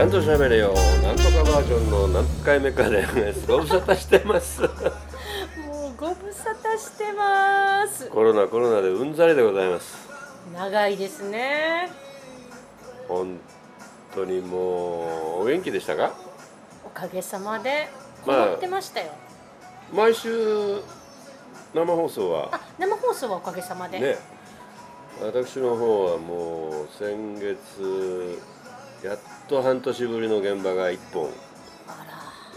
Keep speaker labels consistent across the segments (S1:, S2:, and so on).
S1: ゃんと喋れよなんとかバージョンの何回目かでご無沙汰してます
S2: もうご無沙汰してます
S1: コロナコロナでうんざりでございます
S2: 長いですね
S1: 本当にもうお元気でしたか
S2: おかげさまで
S1: まあ
S2: 困ってましたよ、
S1: 毎週生放送は
S2: あ生放送はおかげさまで、
S1: ね私の方はもう先月やっと半年ぶりの現場が1本
S2: あ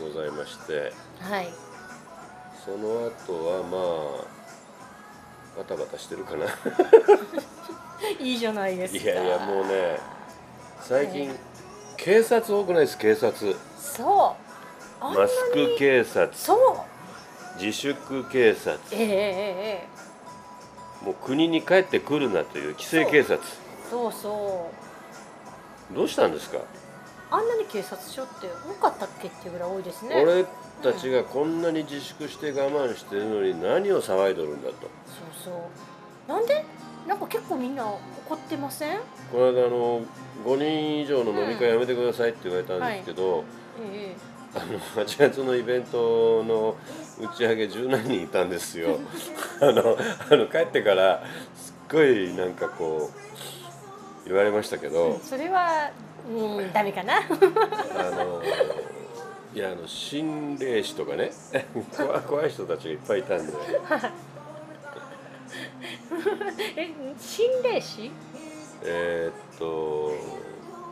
S1: ございまして
S2: らはい
S1: その後はまあバタバタしてるかな
S2: いいじゃないですか
S1: いやいやもうね最近
S2: ね
S1: 警察多くないです警察
S2: そうあんな
S1: マ
S2: に
S1: スク警察
S2: そう
S1: 自粛警察
S2: ええええええ
S1: もう国に帰ってくるなという規制警察
S2: そうそう
S1: どうしたんですか、
S2: あんなに警察署って多かったっけっていうぐらい多いですね
S1: 俺たちがこんなに自粛して我慢してるのに何を騒いどるんだと
S2: そうそうなんでなんか結構みんな怒ってません、え
S1: この間あの5人以上の飲み会やめてくださいって言われたんですけど、
S2: え
S1: あの8月のイベントの打ち上げ十何人いたんですよ あのあの帰ってからすっごいなんかこう言われましたけど
S2: それはうんダメかな
S1: あ のいやあの心霊師とかね 怖い怖い人たちがいっぱいいたんで
S2: え心霊師
S1: えーっと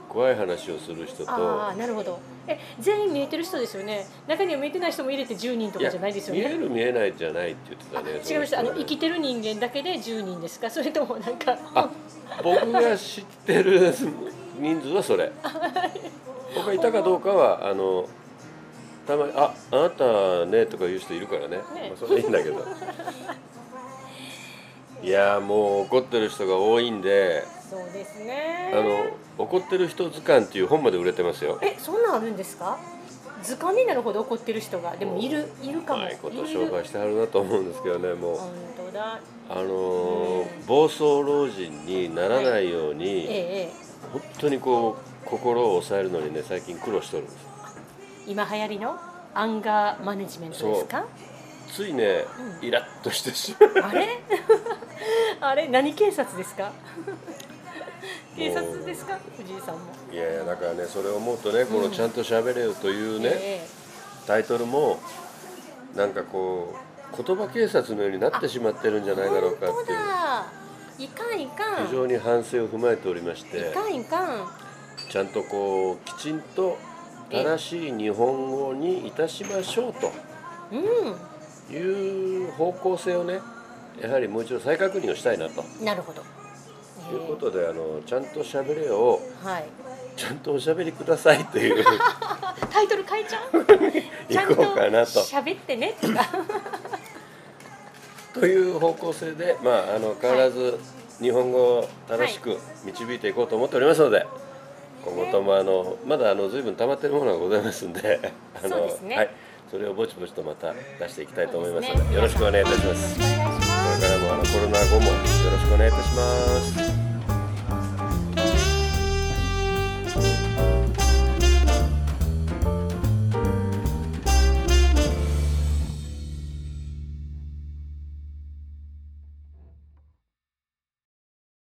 S1: 怖い話をする人と
S2: ああなるほどえ全員見えてる人ですよね中には見えてない人も入れて10人と
S1: い
S2: か
S1: や
S2: じゃないですよ
S1: 見え
S2: ね
S1: る見えないじゃないって言ってたね
S2: 違いましたあの
S1: そ
S2: 生
S1: 人
S2: きてる人間だけで10人ですかそれともなんか
S1: あ僕が知ってる人数はそれ僕がいたかどうかはあのたまに「ああなたね」とか言う人いるからねまあ、それはいいんだけどいやーもう怒ってる人が多いんで
S2: そうです
S1: 「あ
S2: ね
S1: の怒ってる人図鑑」っていう本まで売れてますよ
S2: えそんなんあるんですか図鑑になるほど怒ってる人がでもいるいる
S1: う
S2: かも
S1: まい
S2: いる
S1: こと商売してはるなと思うんですけどねもう
S2: 本当だ
S1: あのー
S2: うん
S1: 暴走老人にならないよう
S2: え
S1: に、
S2: えええ
S1: 本当にこう心を抑えるのにね最近苦労してるんです
S2: 今流行りのアンガーマネジメントですか
S1: ついね、
S2: うん
S1: イラッとしてしまう
S2: あれ あれ何警察ですか警察ですか藤井さんも
S1: いやいやだからねそれを思うとねこの「ちゃんと喋れよ」というね、
S2: え
S1: タイトルもなんかこう言葉警察のようになってしまってるんじゃ
S2: え
S1: ないだろうか
S2: 本
S1: って
S2: 当
S1: いう
S2: だいかんいかん
S1: 非常に反省を踏まえておりまして
S2: いかんいかん
S1: ちゃんとこうきちんと正しい日本語にいたしましょう
S2: う
S1: という方向性をねやはりもう一度再確認をしたいなと。
S2: んなるほど
S1: ということであのちゃんと喋れよを
S2: えーはい
S1: ちゃんとおしゃべりくださいという
S2: タイトル変えちゃうちゃん
S1: 行
S2: と
S1: こうかなと
S2: 喋ってねと か
S1: という方向性で、まあ、あの変わらず日本語を正しく導いていこうと思っておりますので、今後ともあのまだあの随分溜まってるものがございますんであ
S2: そう
S1: の
S2: ですね
S1: はい、それをぼちぼちとまた出していきたいと思います
S2: そう
S1: の
S2: です
S1: で
S2: ね
S1: よろしくお願いいたします。
S2: よろしくお
S1: これ
S2: 願いします
S1: からもあのコロナ後もよろしくお願いいたします。